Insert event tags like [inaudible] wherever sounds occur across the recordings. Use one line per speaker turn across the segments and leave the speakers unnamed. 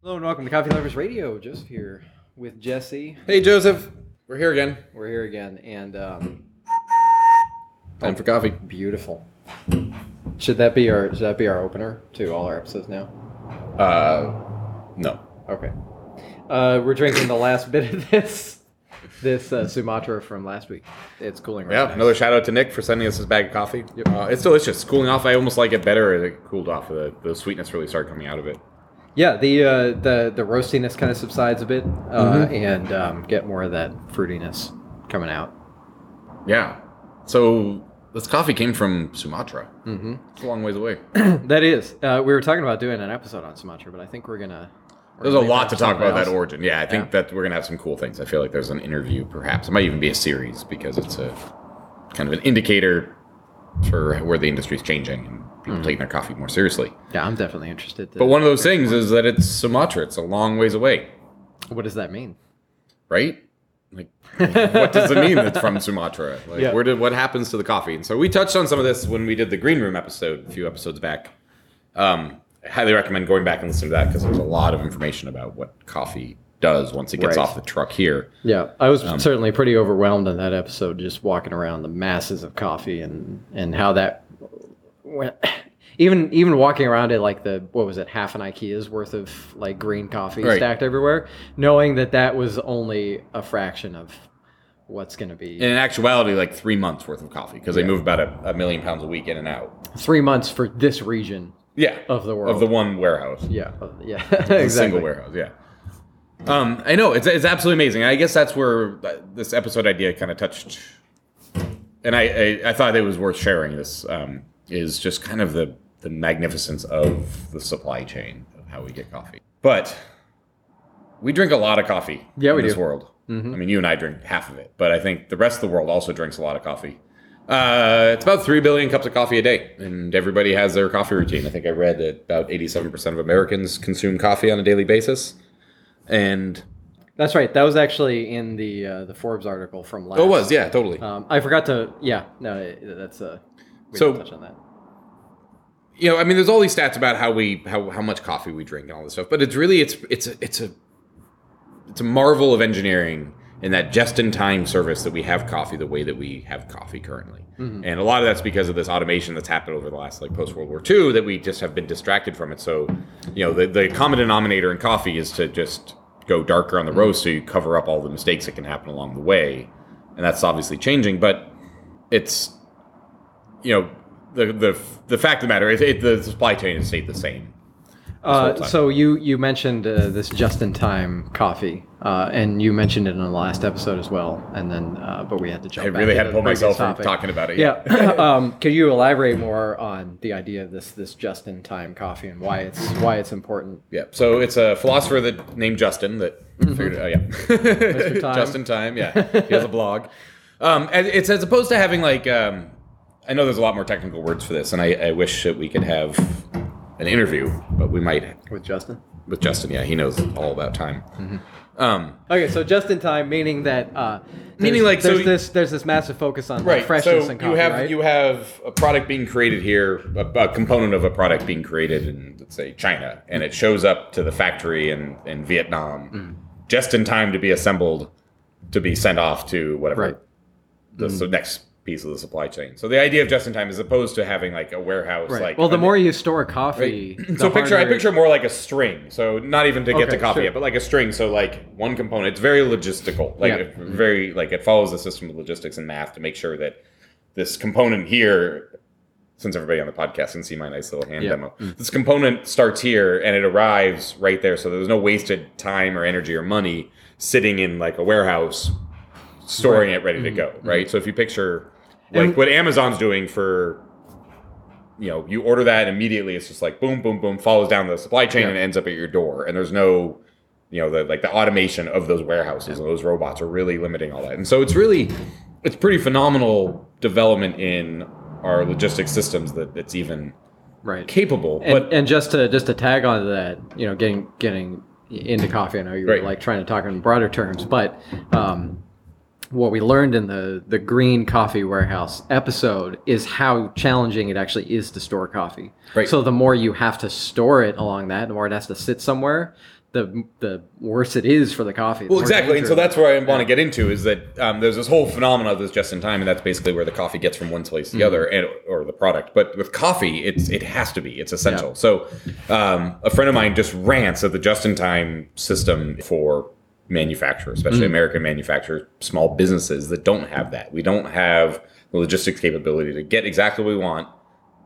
Hello and welcome to Coffee Lovers Radio. Joseph here with Jesse.
Hey, Joseph. We're here again.
We're here again, and um,
Time for coffee.
beautiful. Should that be our should that be our opener to all our episodes now?
Uh, no.
Okay. Uh, we're drinking the last bit of this this uh, Sumatra from last week. It's cooling right
Yeah,
now.
another shout out to Nick for sending us this bag of coffee. Uh, it's delicious. Cooling off, I almost like it better as it cooled off. The, the sweetness really started coming out of it.
Yeah, the uh, the the roastiness kind of subsides a bit, uh,
Mm-hmm.
and um, get more of that fruitiness coming out. [clears throat]
Yeah. So this coffee came from Sumatra.
hmm
It's a long ways away.
That is, uh, we were talking about doing an episode on Sumatra, but I think we're gonna. we're
There's a
gonna leave
lot
that
to talk
somewhere
about that
else.
origin. Yeah, I think
Yeah.
that we're gonna have some cool things. I feel like there's an interview, perhaps. It might even be a series because it's a kind of an indicator for where the industry's changing and people taking their coffee more seriously.
Yeah, I'm definitely interested. To,
But one of those things is that it's Sumatra. It's a long ways away,
what does that mean?
right? Like, what does it mean that's from Sumatra? Like,
Yeah.
where did what happens to the coffee? And so we touched on some of this when we did the green room episode a few episodes back. Um, I highly recommend going back and listening to that because there's a lot of information about what coffee does once it gets
Right.
off the truck here.
Yeah, I was
Um,
certainly pretty overwhelmed in that episode, just walking around the masses of coffee and and how that went. [sighs] Even even walking around it like the what was it half an IKEA's worth of like green coffee
Right.
stacked everywhere, knowing that that was only a fraction of what's going to be
And in actuality, like three months worth of coffee because they move about a, a million pounds a week in and out.
three months for this region.
Yeah,
Of the
of the
world.
one warehouse.
Yeah, [laughs] uh, yeah,
a
exactly.
[laughs] single warehouse. Yeah. Um, I know it's it's absolutely amazing. I guess that's where uh, this episode idea kind of touched, and I, I I thought it was worth sharing. This um, is just kind of the the magnificence of the supply chain of how we get coffee. But we drink a lot of coffee.
Yeah, we
in this
do. Mm-hmm.
world. I mean, you and I drink half of it, but I think the rest of the world also drinks a lot of coffee. Uh, it's about three billion cups of coffee a day, and everybody has their coffee routine. I think I read that about eighty-seven percent of Americans consume coffee on a daily basis. And
That's right. That was actually in the uh, the Forbes article from last.
oh, it was yeah, totally.
Um, I forgot to. Yeah, no, it- that's uh, we
So-
didn't touch on that.
you know, I mean, there's all these stats about how we how how much coffee we drink and all this stuff, but it's really it's it's a, it's a it's a marvel of engineering and that just-in-time service that we have coffee the way that we have coffee currently. And a lot of that's because of this automation that's happened over the last like post World War II that we just have been distracted from it. So, you know, the, the common denominator in coffee is to just go darker on the roast so you cover up all the mistakes that can happen along the way. And that's obviously changing, but it's you know the the the fact of the matter is it, the supply chain has stayed the same. whole
Uh,
time.
so you you mentioned uh, this just-in-time coffee, uh, and you mentioned it in the last episode as well. And then, uh, but we had to jump.
I
back
really had
into
to
the
pull myself
previous
from
topic.
talking about it.
Yeah. [coughs] um, could you elaborate more on the idea of this this just-in-time coffee and why it's why it's important?
yeah. So it's a philosopher that named Justin that figured. Oh yeah,
Time.
[laughs] Justin Time. Yeah, he has a blog. Um, and it's as opposed to having like um, I know there's a lot more technical words for this, and I, I wish that we could have an interview, but we might
With Justin.
with Justin. Yeah, he knows all about time. Um,
Okay, so just-in-time meaning that uh, there's-
Meaning like, so
there's
you-
this there's this massive focus on like,
right.
uh, freshness
so
and coffee,
you have
right?
you have a product being created here, a, a component of a product being created in let's say China, and it shows up to the factory in in Vietnam
Mm.
just in time to be assembled to be sent off to whatever
Right. Mm.
the so next piece of the supply chain. So the idea of just in time is opposed to having like a warehouse
Right.
like
well, the
an-
more you store coffee,
Right.
the
So picture I
harder-
picture more like a string. So not even to get
Okay,
to copy
sure.
it, but like a string. So like one component. It's very logistical. Like
Yeah.
it very like it follows the system of logistics and math to make sure that this component here. Since everybody on the podcast can see my nice little hand
Yeah. Mm.
demo, this component starts here and it arrives right there. So there's no wasted time or energy or money sitting in like a warehouse, storing it ready to go. Right. So if you picture like
Mm-hmm. And-
what Amazon's doing for you know, you order that and immediately. It's just like boom, boom, boom, follows down the supply chain
Yeah.
and ends up at your door. And there's no, you know, the, like the automation of those warehouses and those robots are really limiting all that. And so it's really, it's pretty phenomenal development in our logistics systems that it's even
right.
capable.
and,
but
and just to just to tag on to that, you know, getting getting into coffee. I know you were
Right.
like trying to talk in broader terms, but um, what we learned in the the green coffee warehouse episode is how challenging it actually is to store coffee.
Right.
So the more you have to store it along that, the more it has to sit somewhere. the the worse it is for the coffee. the
Well,
worse
exactly, and so
nature-
that's where I want to get into is that um, there's this whole phenomenon of this just in time, and that's basically where the coffee gets from one place to the other, and or the product. But with coffee, it's it has to be, it's essential. So, um, a friend of mine just rants at the just in time system for manufacturers, especially American manufacturers, small businesses that don't have that. We don't have the logistics capability to get exactly what we want.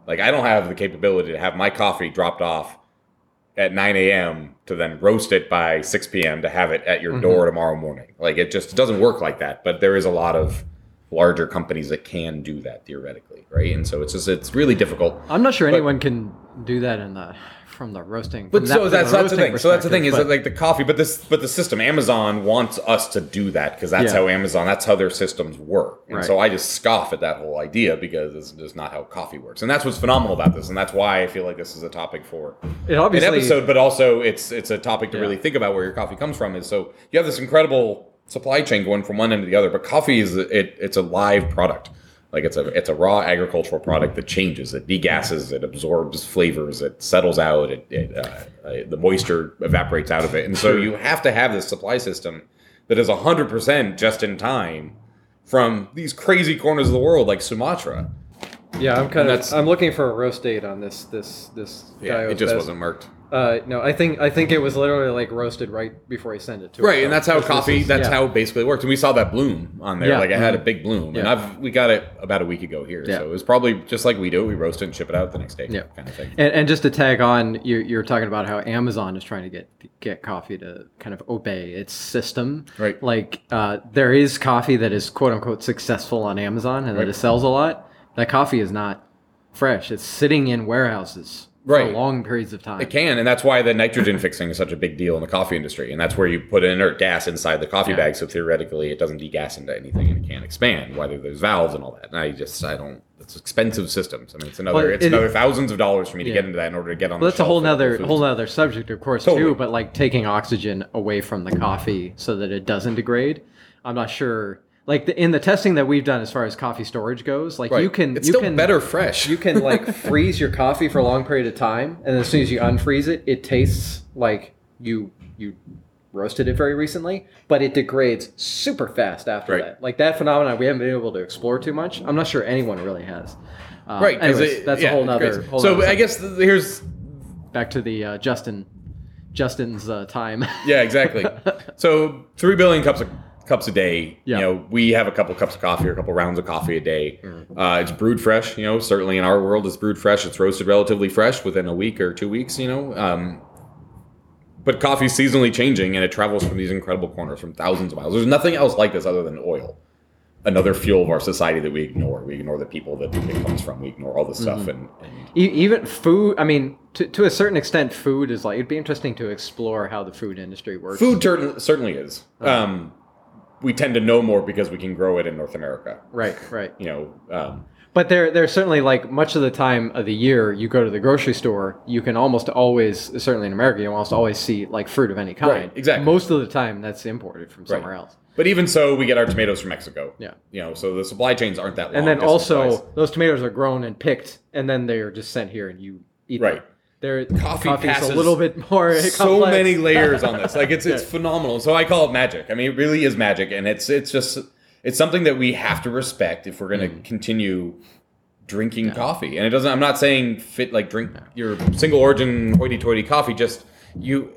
Like I don't have the capability to have my coffee dropped off at 9 a.m. to then roast it by 6 p.m. to have it at your door
Mm-hmm.
tomorrow morning. Like it just doesn't work like that. But there is a lot of larger companies that can do that theoretically, right? And so it's just it's really difficult.
I'm not sure anyone can do that in the from the roasting.
But
from that-
so
from
that's
the
that's the
roasting
thing. So that's the thing is
perspective,
that like the coffee, but this but the system Amazon wants us to do that because that's
Yeah.
how Amazon that's how their systems work. And
Right.
so I just scoff at that whole idea because it's just not how coffee works. And that's what's phenomenal about this. And that's why I feel like this is a topic for
but it obviously
an episode, but also it's it's a topic to
Yeah.
really think about where your coffee comes from. Is so you have this incredible supply chain going from one end to the other, but coffee is it it's a live product. Like it's a it's a raw agricultural product that changes, it degasses, it absorbs flavors, it settles out, it, it uh, uh, the moisture evaporates out of it, and so you have to have this supply system that is hundred percent just in time from these crazy corners of the world like Sumatra.
Yeah, I'm kind
that's-
of. I'm looking for a roast date on this. This this.
Yeah,
guy
it
with
just
this.
wasn't marked.
Uh, no, I think I think it was literally like roasted right before he sent it to. us.
right and that's how
This- this
coffee
is-
that's
yeah.
how it basically worked and we saw that bloom on there
Yeah. Mm-hmm.
like it had a big bloom and
Yeah.
i've we got it about a week ago here
Yeah.
so it was probably just like we do we roast it and ship it out the next day
Yeah.
kind of thing
And, and just to tag on, you, you're talking about how Amazon is trying to get get coffee to kind of obey its system.
Right.
Like uh, there is coffee that is quote unquote successful on Amazon and that
Right.
it sells a lot. That coffee is not fresh. It's sitting in warehouses
Right.
for long periods of time.
it can and that's why the nitrogen [laughs] fixing is such a big deal in the coffee industry and that's where you put an inert gas inside the coffee
Yeah.
bag so theoretically it doesn't degas into anything and it can't expand whether there's valves and all that and i just i don't it's expensive systems i mean it's another
Well,
it's
it-
another thousands of dollars for me to
Yeah.
get into that in order to get on
Well,
the
that's a
shelf
whole
at Whole
nother
Foods.
whole nother subject, of course,
Totally.
too. But like taking oxygen away from the coffee so that it doesn't degrade, I'm not sure. Like the, in the testing that we've done as far as coffee storage goes, like
Right.
you can
it's
you
still
can [laughs]
better fresh
you can like freeze your coffee for a long period of time, and as soon as you unfreeze it, it tastes like you you roasted it very recently, but it degrades super fast after
Right.
that. Like that phenomenon, we haven't been able to explore too much. I'm not sure anyone really has. Uh,
right 'cause
anyways,
it-
that's
yeah,
a whole
it's
nother.
crazy.
Whole
so
nother
i guess th- here's
back to the uh, Justin Justin's uh, time.
Yeah, exactly. so three billion cups of cups a day.
Yeah.
You know, we have a couple cups of coffee or a couple rounds of coffee a day.
Mm.
Uh, it's brewed fresh. You know, certainly in our world, it's brewed fresh. It's roasted relatively fresh within a week or two weeks. You know, um, but coffee's seasonally changing, and it travels from these incredible corners from thousands of miles. There's nothing else like this other than oil. Another fuel of our society that we ignore. We ignore the people that it comes from. We ignore all this stuff, and, and
[laughs] E- even food. I mean, to, to a certain extent, food is like it'd be interesting to explore how the food industry works.
food cer- certainly is.
Uh-huh.
Um, we tend to know more because we can grow it in North America.
Right, right.
you know, um,
But there, there's certainly like much of the time of the year you go to the grocery store, you can almost always, certainly in America, you almost always see like fruit of any kind.
exactly.
Most of the time, that's imported from somewhere else.
but even so, we get our tomatoes from Mexico.
Yeah.
You know, so the supply chains aren't that long.
And then
distance-wise.
also, those tomatoes are grown and picked, and then they are just sent here, and you eat
Right.
them. They're,
Coffee
coffee's
passes
a little bit more [laughs]
so
complex.
many layers on this. Like it's it's phenomenal. So I call it magic. I mean, it really is magic, and it's it's just it's something that we have to respect if we're going to continue drinking coffee. And it doesn't. I'm not saying fit like drink your single origin hoity-toity coffee. Just you.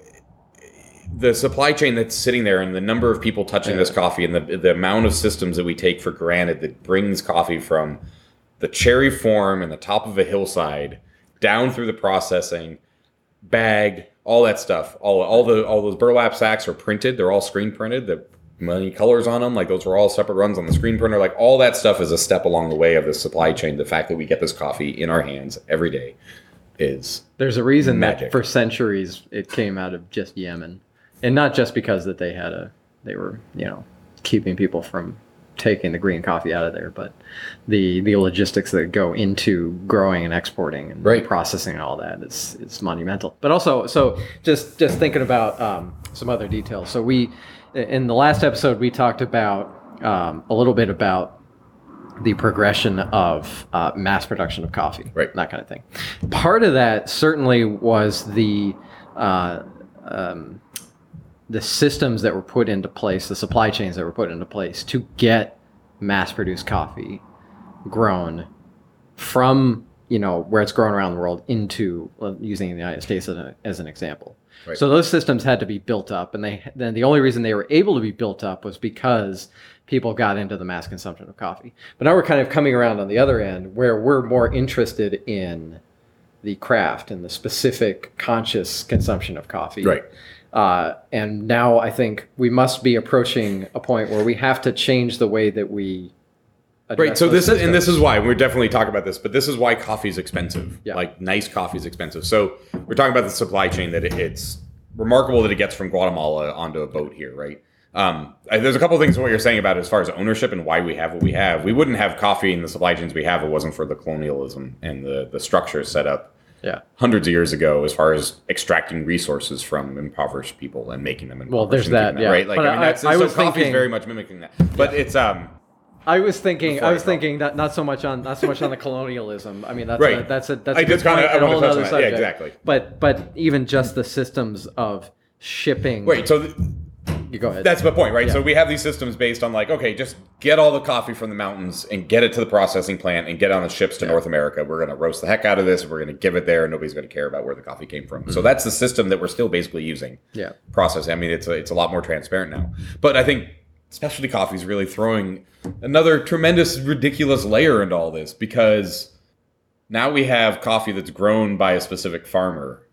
The supply chain that's sitting there, and the number of people touching this coffee, and the the amount of systems that we take for granted that brings coffee from the cherry form and the top of a hillside down through the processing bagged all that stuff all all the all those burlap sacks are printed they're all screen printed the many colors on them like those were all separate runs on the screen printer like all that stuff is a step along the way of the supply chain the fact that we get this coffee in our hands every day is
There's a reason
Magic.
that for centuries it came out of just Yemen, and not just because that they had a they were you know keeping people from taking the green coffee out of there, but the the logistics that go into growing and exporting and
Right.
processing and all that it's it's monumental. But also, so just just thinking about um, some other details. So we in the last episode we talked about um, a little bit about the progression of uh, mass production of coffee,
Right.
That kind of thing. Part of that certainly was the uh, um, the systems that were put into place, the supply chains that were put into place to get mass-produced coffee grown from you know where it's grown around the world into well, using the United States as, a, as an example.
Right.
So those systems had to be built up, and they then the only reason they were able to be built up was because people got into the mass consumption of coffee. But now we're kind of coming around on the other end where we're more interested in the craft and the specific conscious consumption of coffee.
Right.
Uh, and now I think we must be approaching a point where we have to change the way that we.
Right.
address
So
those
this is,
systems.
and this is why we're definitely talking about this, but this is why coffee's expensive.
Yeah.
Like nice coffee's expensive. So we're talking about the supply chain that it, it's remarkable that it gets from Guatemala onto a boat here, right? Um, I- there's a couple things what you're saying about as far as ownership and why we have what we have. We wouldn't have coffee in the supply chains we have if it wasn't for the colonialism and the the structures set up
yeah.
hundreds of years ago as far as extracting resources from impoverished people and making them impoverished
Well, there's
and keeping
that,
them,
yeah.
right like
But
I mean
I-
that's
I
so
was
coffee's
thinking-
very much mimicking that but it's um
I was thinking.
Before
I
I
was
go.
thinking not, not so much on not so much on the colonialism. I mean, that's
Right.
a, that's a that's
I
a good
just kinda-
point
I
and a
wanted to
whole
touch
other
on that.
subject.
Yeah, exactly.
But but even just the systems of shipping.
wait so th-
you go ahead.
That's my point, right? So we have these systems based on like, okay, just get all the coffee from the mountains and get it to the processing plant and get on the ships to North America. We're going to roast the heck out of this. We're going to give it there, and nobody's going to care about where the coffee came from. So that's the system that we're still basically using.
Yeah.
Processing. I mean, it's a, it's a lot more transparent now. But I think specialty coffee is really throwing another tremendous, ridiculous layer into all this because now we have coffee that's grown by a specific farmer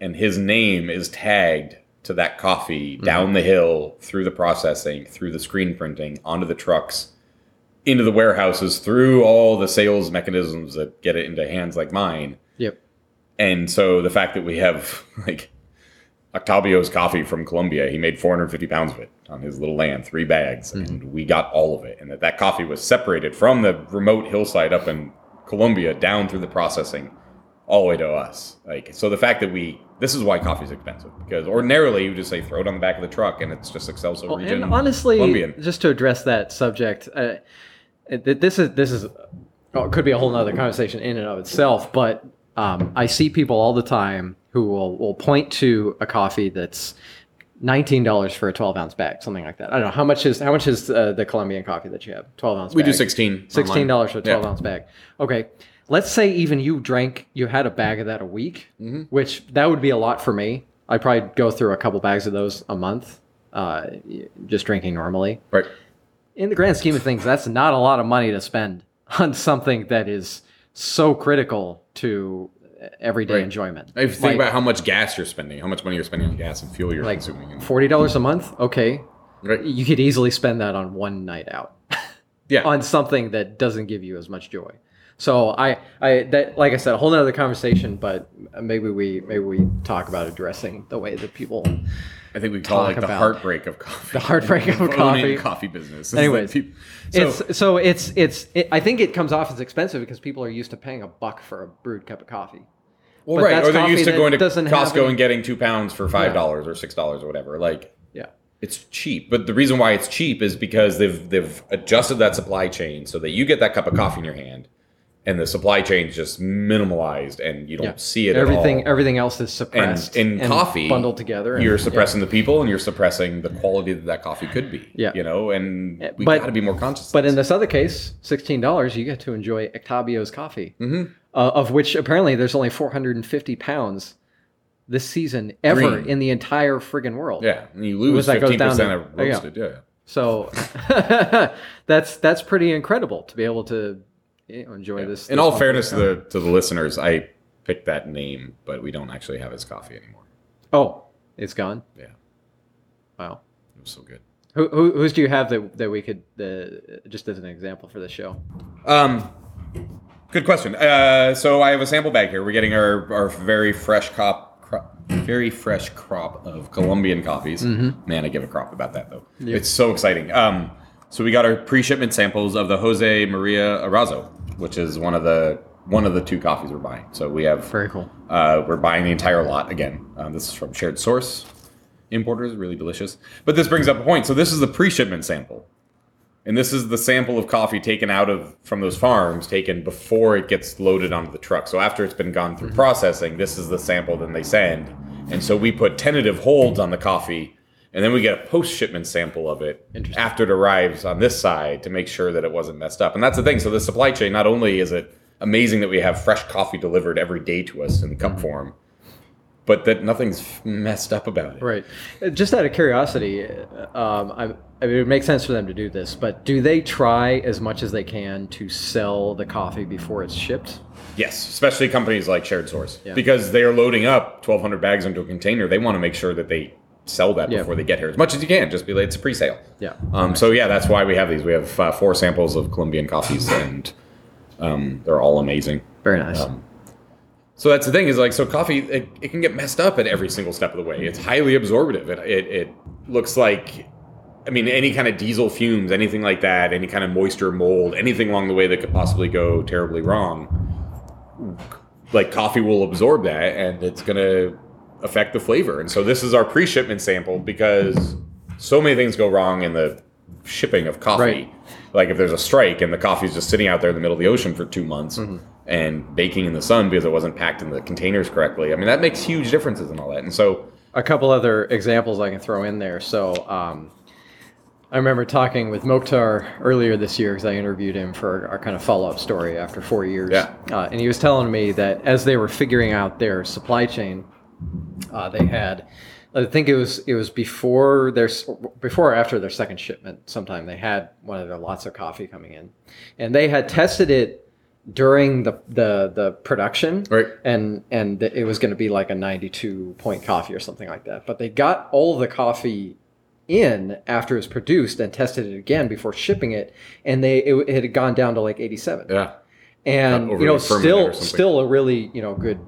and his name is tagged to that coffee down the hill through the processing through the screen printing onto the trucks into the warehouses through all the sales mechanisms that get it into hands like mine
yep.
and so the fact that we have like Octavio's coffee from Colombia, he made 450 pounds of it on his little land, three bags, and we got all of it. And that that coffee was separated from the remote hillside up in Colombia down through the processing all the way to us. Like so the fact that we this is why coffee's expensive because ordinarily you just say throw it on the back of the truck Oh, and it's just Excelsior
Well,
region.
and honestly,
Colombian.
just to address that subject, uh, th- this is this is well, it could be a whole nother conversation in and of itself. But um, I see people all the time who will will point to a coffee that's nineteen dollars for a twelve ounce bag, something like that. I don't know how much is how much is uh, the Colombian coffee that you have twelve ounce.
we do
bag?
16
Sixteen
online.
dollars for a twelve ounce bag. Okay, let's say even you drank, you had a bag of that a week,
Mm-hmm.
which that would be a lot for me. I'd probably go through a couple bags of those a month, uh, y- just drinking normally.
Right.
In the grand scheme of things, that's not a lot of money to spend [laughs] on something that is so critical to everyday
Right.
enjoyment.
If you think
Like-
about how much gas you're spending, how much money you're spending on gas and fuel you're
like
consuming. and-
forty dollars a month, okay,
right.
you could easily spend that on one night out. [laughs]
Yeah.
on something that doesn't give you as much joy. So I, I that like I said, a whole nother conversation, but maybe we maybe we talk about addressing the way that people
I think we call it
talk
like the
about
heartbreak of coffee.
the heartbreak of
[laughs] Owning
coffee.
coffee business. [laughs] This is like
Anyways,
peop- so,
it's so it's it's it, I think it comes off as expensive because people are used to paying a buck for a brewed cup of coffee.
well,
but
right,
that's
or they're
coffee
used to
that
going to
doesn't have
Costco
any-
and getting two pounds for five dollars or six dollars or whatever. Like
Yeah.
it's cheap, but the reason why it's cheap is because they've they've adjusted that supply chain so that you get that cup of coffee in your hand, and the supply chain's just minimalized and you don't
Yeah.
see it.
everything
at all.
everything else is suppressed
in coffee,
bundled together. and-
You're suppressing the people and you're suppressing the quality that that coffee could be.
Yeah.
you know, and we
but-
got to be more conscious. of
But in
this.
this other case, sixteen dollars, you get to enjoy Octavio's coffee,
Mm-hmm.
uh, of which apparently there's only 450 pounds this season ever
Green.
in the entire friggin' world.
yeah, and you lose
that goes
fifteen
down
percent
to-
of
yeah.
roasted. Yeah.
So [laughs] that's that's pretty incredible to be able to you know, enjoy this.
In
this
all
one.
fairness to the to the listeners, I picked that name, but we don't actually have his coffee anymore.
oh, it's gone.
Yeah, it
Wow.
was so good.
Who, who who's do you have that that we could uh, just as an example for the show?
Um, good question. Uh, so I have a sample bag here. We're getting our our very fresh crop, crop very fresh crop of Colombian coffees.
Mm-hmm.
Man, I give a crop about that though. It's so exciting. Um, so we got our pre-shipment samples of the Jose Maria Arazo, which is one of the one of the two coffees we're buying. So we have
Very cool.
Uh, we're buying the entire lot again. Um, this is from Shared Source importers, really delicious. But this brings up a point. So this is the pre-shipment sample, and this is the sample of coffee taken out of from those farms, taken before it gets loaded onto the truck. So after it's been gone through processing, this is the sample then they send, And so we put tentative holds on the coffee, and then we get a post shipment sample of it
Interesting.
after it arrives on this side to make sure that it wasn't messed up. And that's the thing. So the supply chain, not only is it amazing that we have fresh coffee delivered every day to us in cup form, but that nothing's messed up about it.
Right. Uh, Just out of curiosity, um, I, I mean, it makes sense for them to do this, but do they try as much as they can to sell the coffee before it's shipped?
Yes, especially companies like Shared Source
Yeah.
because they are loading up 1,200 bags into a container. They want to make sure that they sell that
Yeah.
before they get here as much as you can. Just be like, it's a pre-sale.
Yeah.
Um, so yeah, that's why we have these. We have uh, four samples of
[laughs]
Colombian coffees, and um, they're all amazing.
Very nice.
So that's the thing is like, so coffee it, it can get messed up at every single step of the way. It's highly absorptive. It, it it looks like, I mean, any kind of diesel fumes, anything like that, any kind of moisture, mold, anything along the way that could possibly go terribly wrong. Like coffee will absorb that, and it's gonna affect the flavor. And so this is our pre-shipment sample because so many things go wrong in the shipping of coffee.
Right.
Like if there's a strike and the coffee's just sitting out there in the middle of the ocean for two months and baking in the sun because it wasn't packed in the containers correctly. I mean that makes huge differences and all that. And so
a couple other examples I can throw in there. So um, I remember talking with Mokhtar earlier this year because I interviewed him for our kind of follow up story after four years.
Yeah.
Uh, and he was telling me that as they were figuring out their supply chain, uh, they had. I think it was it was before their s- before or after their second shipment. Sometime they had one of their lots of coffee coming in, and they had tested it during the the, the production,
Right.
and and th- it was going to be like a 92 point coffee or something like that but they got all the coffee in after it was produced and tested it again before shipping it and they it, it had gone down to like 87
yeah,
and
Got
you know
overly fermented or
still
something.
still a really you know good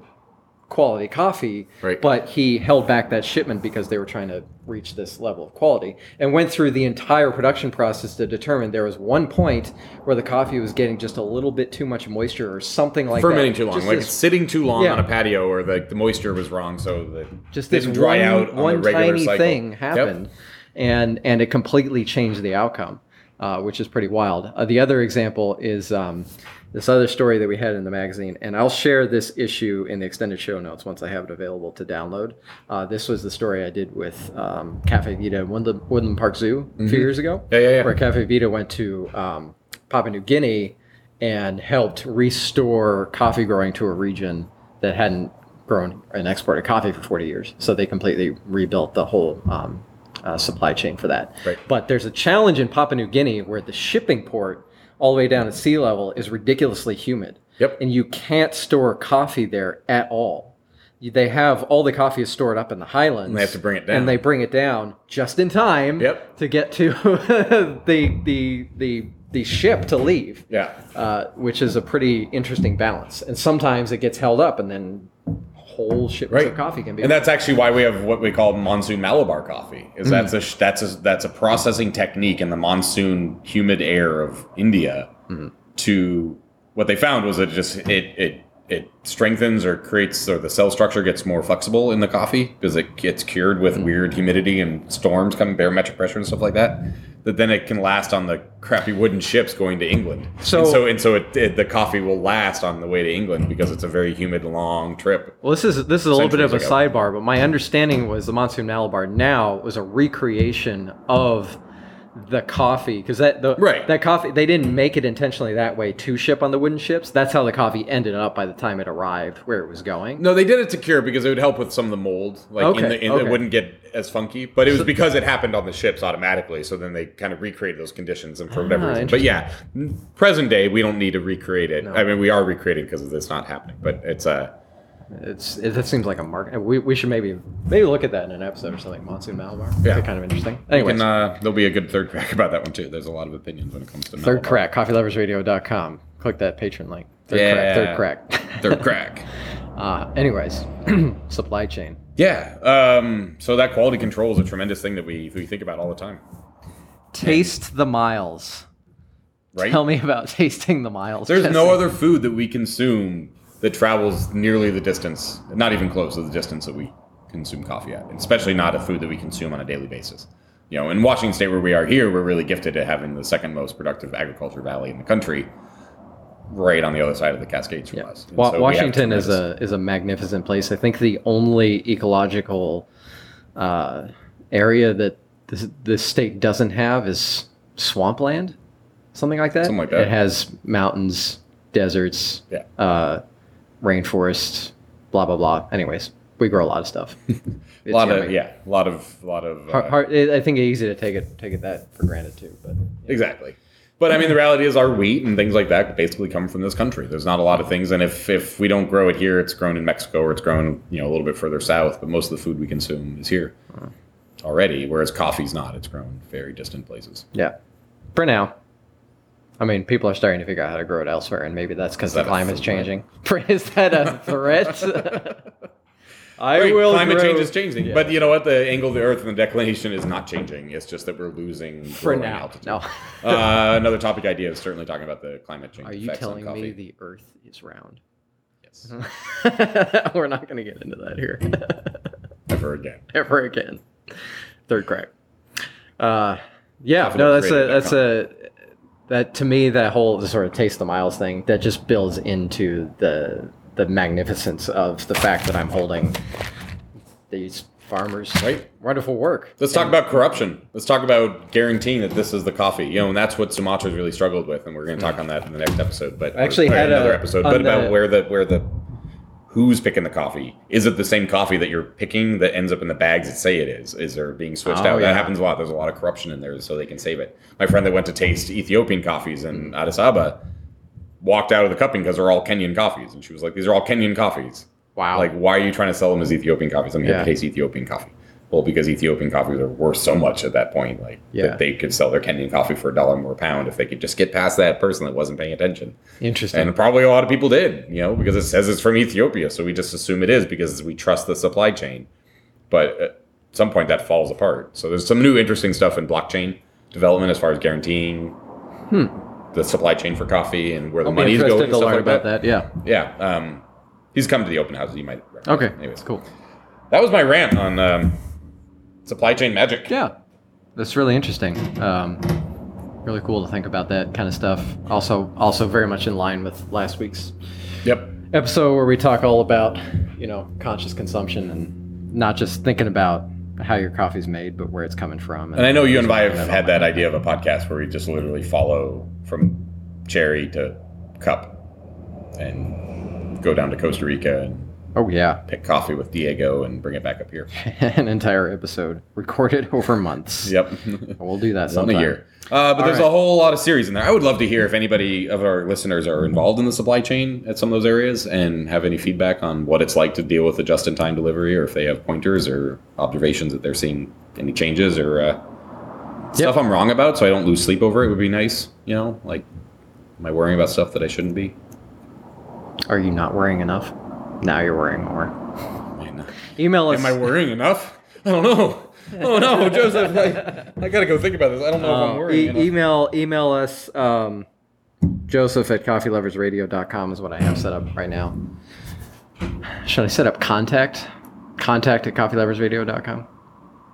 quality coffee
Right.
but he held back that shipment because they were trying to reach this level of quality and went through the entire production process to determine there was one point where the coffee was getting just a little bit too much moisture or something like
fermenting
that
too long,
Just
like
this
it's sitting too long
Yeah.
on a patio, or like the moisture was wrong, so the
just this
didn't dry
one,
out on
one
the regular
tiny
cycle.
thing
Yep.
happened and and it completely changed the outcome uh, which is pretty wild uh, the other example is um, this other story that we had in the magazine and i'll share this issue in the extended show notes once i have it available to download uh, this was the story i did with um, cafe vita in woodland, woodland park zoo
Mm-hmm.
a few years ago
Yeah, yeah, yeah.
where cafe vita went to um, papua new guinea and helped restore coffee growing to a region that hadn't grown and exported coffee for 40 years. So they completely rebuilt the whole um, uh, supply chain for that.
Right.
But there's a challenge in Papua New Guinea where the shipping port all the way down to sea level is ridiculously humid.
Yep.
And you can't store coffee there at all. You- They have all the coffee is stored up in the highlands.
And they have to bring it down.
And they bring it down just in time
Yep.
to get to [laughs] the, the, the, the ship to leave
yeah.
uh, which is a pretty interesting balance. And sometimes it gets held up, and then whole shipments
Right.
of coffee can be.
And that's actually why we have what we call monsoon Malabar coffee. Is that's
Mm.
a sh- that's a that's a processing technique in the monsoon humid air of India.
Mm-hmm.
To what they found was it just it it it strengthens or creates or the cell structure gets more flexible in the coffee because it gets cured
Mm.
with weird humidity and storms coming barometric pressure and stuff like that. That then it can last on the crappy wooden ships going to England.
So-
and so, and so it, it, the coffee will last on the way to England because it's a very humid long trip.
well, this is this is a little bit of a
Centuries ago.
sidebar, but my understanding was the monsoon Malabar now was a recreation of the coffee because that the,
Right.
that coffee they didn't make it intentionally that way to ship on the wooden ships. That's how the coffee ended up by the time it arrived where it was going.
No, they did it to cure because it would help with some of the mold. Like
Okay,
in the, in,
okay.
it wouldn't get as funky, but it was because it happened on the ships automatically. So then they kind of recreated those conditions and for whatever
Ah,
reason. But yeah, n- present day we don't need to recreate it. I mean, we are recreating because of this not happening, but it's uh,
It's it, that seems like a market. We, we should maybe maybe look at that in an episode or something. Monsoon Malabar.
Yeah.
That'd be kind of interesting. Anyways,
and uh, there'll be a good third crack [laughs] about that one too. There's a lot of opinions when it comes to
Third
Malabar.
crack, coffeeloversradio.com. Click that patron link. Third
Yeah.
crack, third crack. [laughs]
Third crack.
uh, anyways, [clears throat] supply chain.
Yeah. Um, so that quality control is a tremendous thing that we we think about all the time,
Taste the miles.
right?
Tell me about [laughs] tasting the miles.
There's
Jesse.
no other food that we consume that travels nearly the distance, not even close to the distance that we consume coffee at, especially not a food that we consume on a daily basis. You know, in Washington State, where we are here, we're really gifted at having the second most productive agriculture valley in the country. right on the other side of the Cascades from
Yeah.
us. And
Wa-
so we have
Washington is
tremendous-
a is a magnificent place. I think the only ecological uh, area that this, this state doesn't have is swampland, something like that.
Something like that.
It has mountains, deserts,
Yeah.
uh, rainforests, blah blah blah. Anyways, we grow a lot of stuff.
[laughs] a lot of yeah, a lot of lot of uh,
Hard, hard, it, I think it's easy to take it take it that for granted too. But
Exactly. But I mean, the reality is our wheat and things like that basically come from this country. There's not a lot of things, and if if we don't grow it here, it's grown in Mexico or it's grown you know a little bit further south. But most of the food we consume is here already, whereas coffee's not. It's grown in very distant places.
yeah, for now. I mean, people are starting to figure out how to grow it elsewhere, and maybe that's because
Is
the
that a
climate's
threat?
changing. [laughs] is that a threat?
[laughs]
I
Right,
will.
climate
grow-
change is changing,
Yeah.
but you know what? The angle of the Earth and the declination is not changing. It's just that we're losing
for
growing
now,
altitude.
no.
uh, another topic idea is certainly talking about the climate change.
Are you
effects on
telling me
coffee.
the Earth is round? [laughs]
Yes,
We're not going to get into that here [laughs]
never again.
ever again. Third crack. Uh, yeah,
Confident
no, that's a
creative
that's a that to me that whole sort of taste the miles thing that just builds into the the magnificence of the fact that I'm holding these farmers
Right.
wonderful work.
Let's talk about corruption. Let's talk about guaranteeing that this is the coffee. You know, and that's what Sumatra's really struggled with, and we're going to talk on that in the next episode. But
Mm. I actually
or
had
another
a-
episode,
on
but about
the-
where the where the who's picking the coffee? Is it the same coffee that you're picking that ends up in the bags that say it is? Is there being switched
Oh,
out?
yeah.
That happens a lot. There's a lot of corruption in there, so they can save it. My friend that went to taste Ethiopian coffees in
Mm.
Addis Ababa walked out of the cupping because they're all Kenyan coffees, and she was like, "These are all Kenyan coffees."
Wow.
Like, why are you trying to sell them as Ethiopian coffees? I'm here
Yeah.
to taste Ethiopian coffee. Well, because Ethiopian coffees are worth so much at that point, like
Yeah.
that they could sell their Kenyan coffee for a dollar more a pound if they could just get past that person that wasn't paying attention.
Interesting.
And probably a lot of people did, you know, because it says it's from Ethiopia, so we just assume it is because we trust the supply chain. But at some point, that falls apart. So there's some new interesting stuff in blockchain development as far as guaranteeing the supply chain for coffee and where the
Hmm. I'll be
money's
interested
going. and
to
stuff
learn
like
about that. Yeah.
yeah. Um, he's come to the open house. You might. recommend
Okay.
him. Anyways,
Cool.
That was my rant on um, supply chain magic.
Yeah, that's really interesting. Um, really cool to think about that kind of stuff. Also, also very much in line with last week's
Yep.
episode where we talk all about you know conscious consumption and not just thinking about how your coffee's made but where it's coming from
And I know you and I have had that idea of a podcast where we just literally follow from cherry to cup and go down to Costa Rica and
oh yeah [laughs]
pick coffee with Diego and bring it back up here.
an entire episode recorded [laughs] over months
Yep.
we'll do that
One a
sometime
year. Uh, but
All
there's
right.
a whole lot of series in there. I would love to hear if anybody of our listeners are involved in the supply chain at some of those areas and have any feedback on what it's like to deal with the just in time delivery or if they have pointers or observations that they're seeing any changes or uh, stuff I'm wrong about so I don't lose sleep over it would be nice. You know, like, am I worrying about stuff that I shouldn't be?
are you not worrying enough now you're worrying more
I mean,
email us
am I worrying enough? I don't know. Oh no, Joseph, I, I gotta go think about this. I don't know if I'm
Uh,
worrying
e-
enough.
email email us um, joseph at coffeeloversradio.com is what i have set up right now should i set up contact contact at coffeeloversradio.com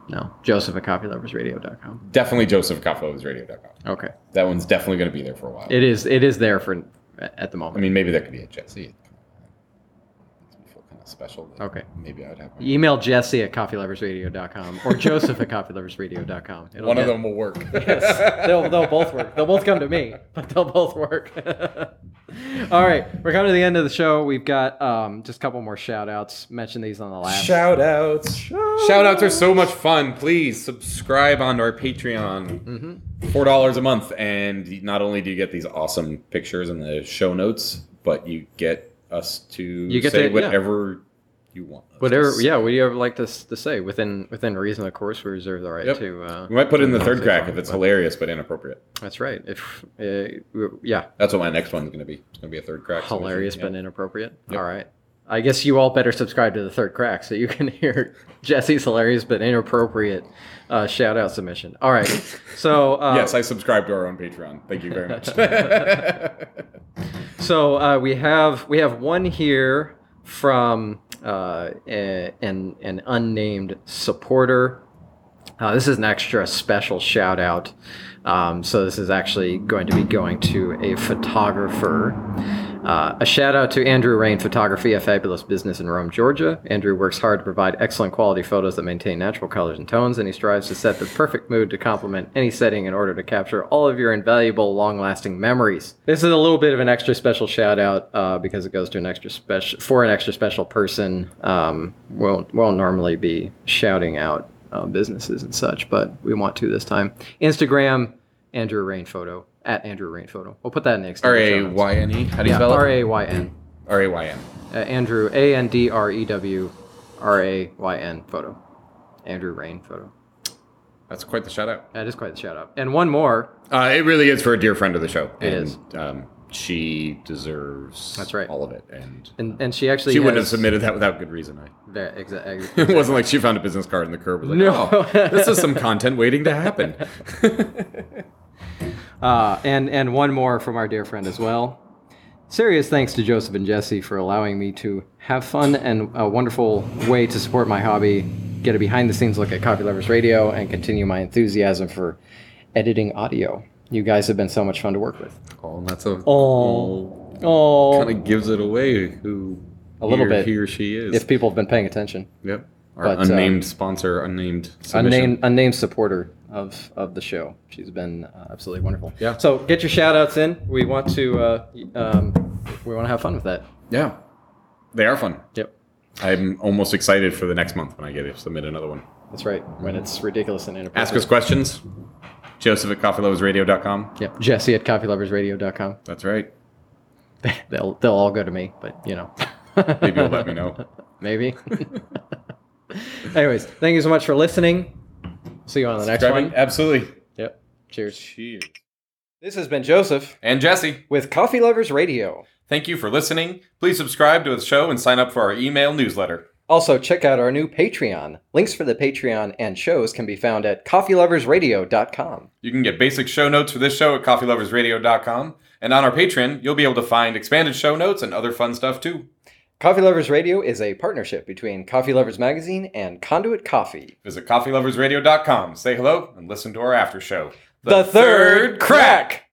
no joseph at coffeeloversradio.com
Definitely Joseph Radio.com.
okay
That one's definitely gonna be there for a while.
it is it is there for at the
I
moment
mean, maybe that could be a Jesse. I feel kind of special. that
Okay.
Maybe I'd have my-
email jesse at coffeeloversradio.com or joseph at coffeeloversradio.com It'll
one of
get-
them will work.
Yes,
[laughs]
they'll, they'll both work. They'll both come to me, but they'll both work. [laughs] All right, we're coming to the end of the show. We've got um, just a couple more shout outs. Mentioned these on the last.
Shout outs. Shout outs are so much fun. Please subscribe on our Patreon.
Mm-hmm.
Four dollars a month, and not only do you get these awesome pictures in the show notes, but you get us to
You get
say
to- yeah.
whatever you want. us to
Whatever,
say.
yeah, what do you ever like to, s- to say? Within within reason, of course, we reserve the right
Yep.
to. Uh,
We might put it in the third
say
crack
something,
if it's
but-
hilarious but inappropriate.
That's right. If uh, we- yeah,
That's what my next one's going to be. It's going to be a third crack. submission.
hilarious
Yeah.
but inappropriate.
Yep.
All right. I guess you all better subscribe to the third crack so you can [laughs] hear Jesse's hilarious but inappropriate uh, shout out submission. All right. So uh,
yes, I subscribe to our own Patreon. Thank you very much.
So uh, we have we have one here from uh, a- an an unnamed supporter. Uh, this is an extra special shout out. Um, so this is actually going to be going to a photographer. Uh, a shout out to Andrew Rain Photography, a fabulous business in Rome, Georgia. Andrew works hard to provide excellent quality photos that maintain natural colors and tones, and he strives to set the perfect mood to complement any setting in order to capture all of your invaluable, long lasting memories. This is a little bit of an extra special shout out uh, because it goes to an extra special for an extra special person. Um, won't won't normally be shouting out uh, businesses and such, but we want to this time. Instagram, Andrew Rain Photo, at Andrew Rain Photo. We'll put that in the
[laughs] R
extended
A
show notes.
Y N E. How do you
Yeah,
spell
R
it?
A Y N.
R A Y N.
Uh, Andrew, A N D R E W R A Y N Photo. Andrew Rain Photo.
That's quite the shout out.
That is quite the shout out. And one more.
Uh, it really is for a dear friend of the show.
It
and,
is.
Um, she deserves
That's right.
all of it. And
And, and she actually
she wouldn't have
has-
submitted that without good reason. I, [laughs]
There, exa- ex-
it wasn't like she found a business card in the curb. and Was
No.
like, oh, this is some content waiting to [laughs] happen.
Uh, and and one more from our dear friend as well. Serious thanks to Joseph and Jesse for allowing me to have fun and a wonderful way to support my hobby, get a behind the scenes look at Coffee Lovers Radio, and continue my enthusiasm for editing audio. You guys have been so much fun to work with.
oh, and that's a
Oh, oh.
kind of gives it away who
A little
he or-
bit.
he or she is.
If people have been paying attention,
yep. Our
But, uh,
unnamed sponsor, unnamed submission.
unnamed unnamed supporter of of the show, she's been uh, absolutely wonderful.
Yeah.
So get your shout outs in. We want to uh, y- um, we want to have fun with that.
Yeah, they are fun.
Yep.
I'm almost excited for the next month when I get to submit another one.
That's right. When it's ridiculous and inappropriate.
Ask us questions. Joseph at coffeelovesradio.com.
Yep. Jesse at coffeeloversradio.com.
That's right.
[laughs] They'll they'll all go to me, but you know.
[laughs] Maybe you'll let me know.
[laughs] Maybe. [laughs] Anyways, thank you so much for listening. See you on the next one.
Absolutely.
Yep. Cheers.
Cheers.
This has been Joseph
And Jesse,
with Coffee Lovers Radio.
thank you for listening. Please subscribe to the show and sign up for our email newsletter.
Also, check out our new Patreon. Links for the Patreon and shows can be found at coffeeloversradio.com.
You can get basic show notes for this show at coffeeloversradio.com. And on our Patreon, you'll be able to find expanded show notes and other fun stuff too.
Coffee Lovers Radio is a partnership between Coffee Lovers Magazine and Conduit Coffee.
Visit coffeeloversradio.com, say hello, and listen to our after show.
The Third Crack.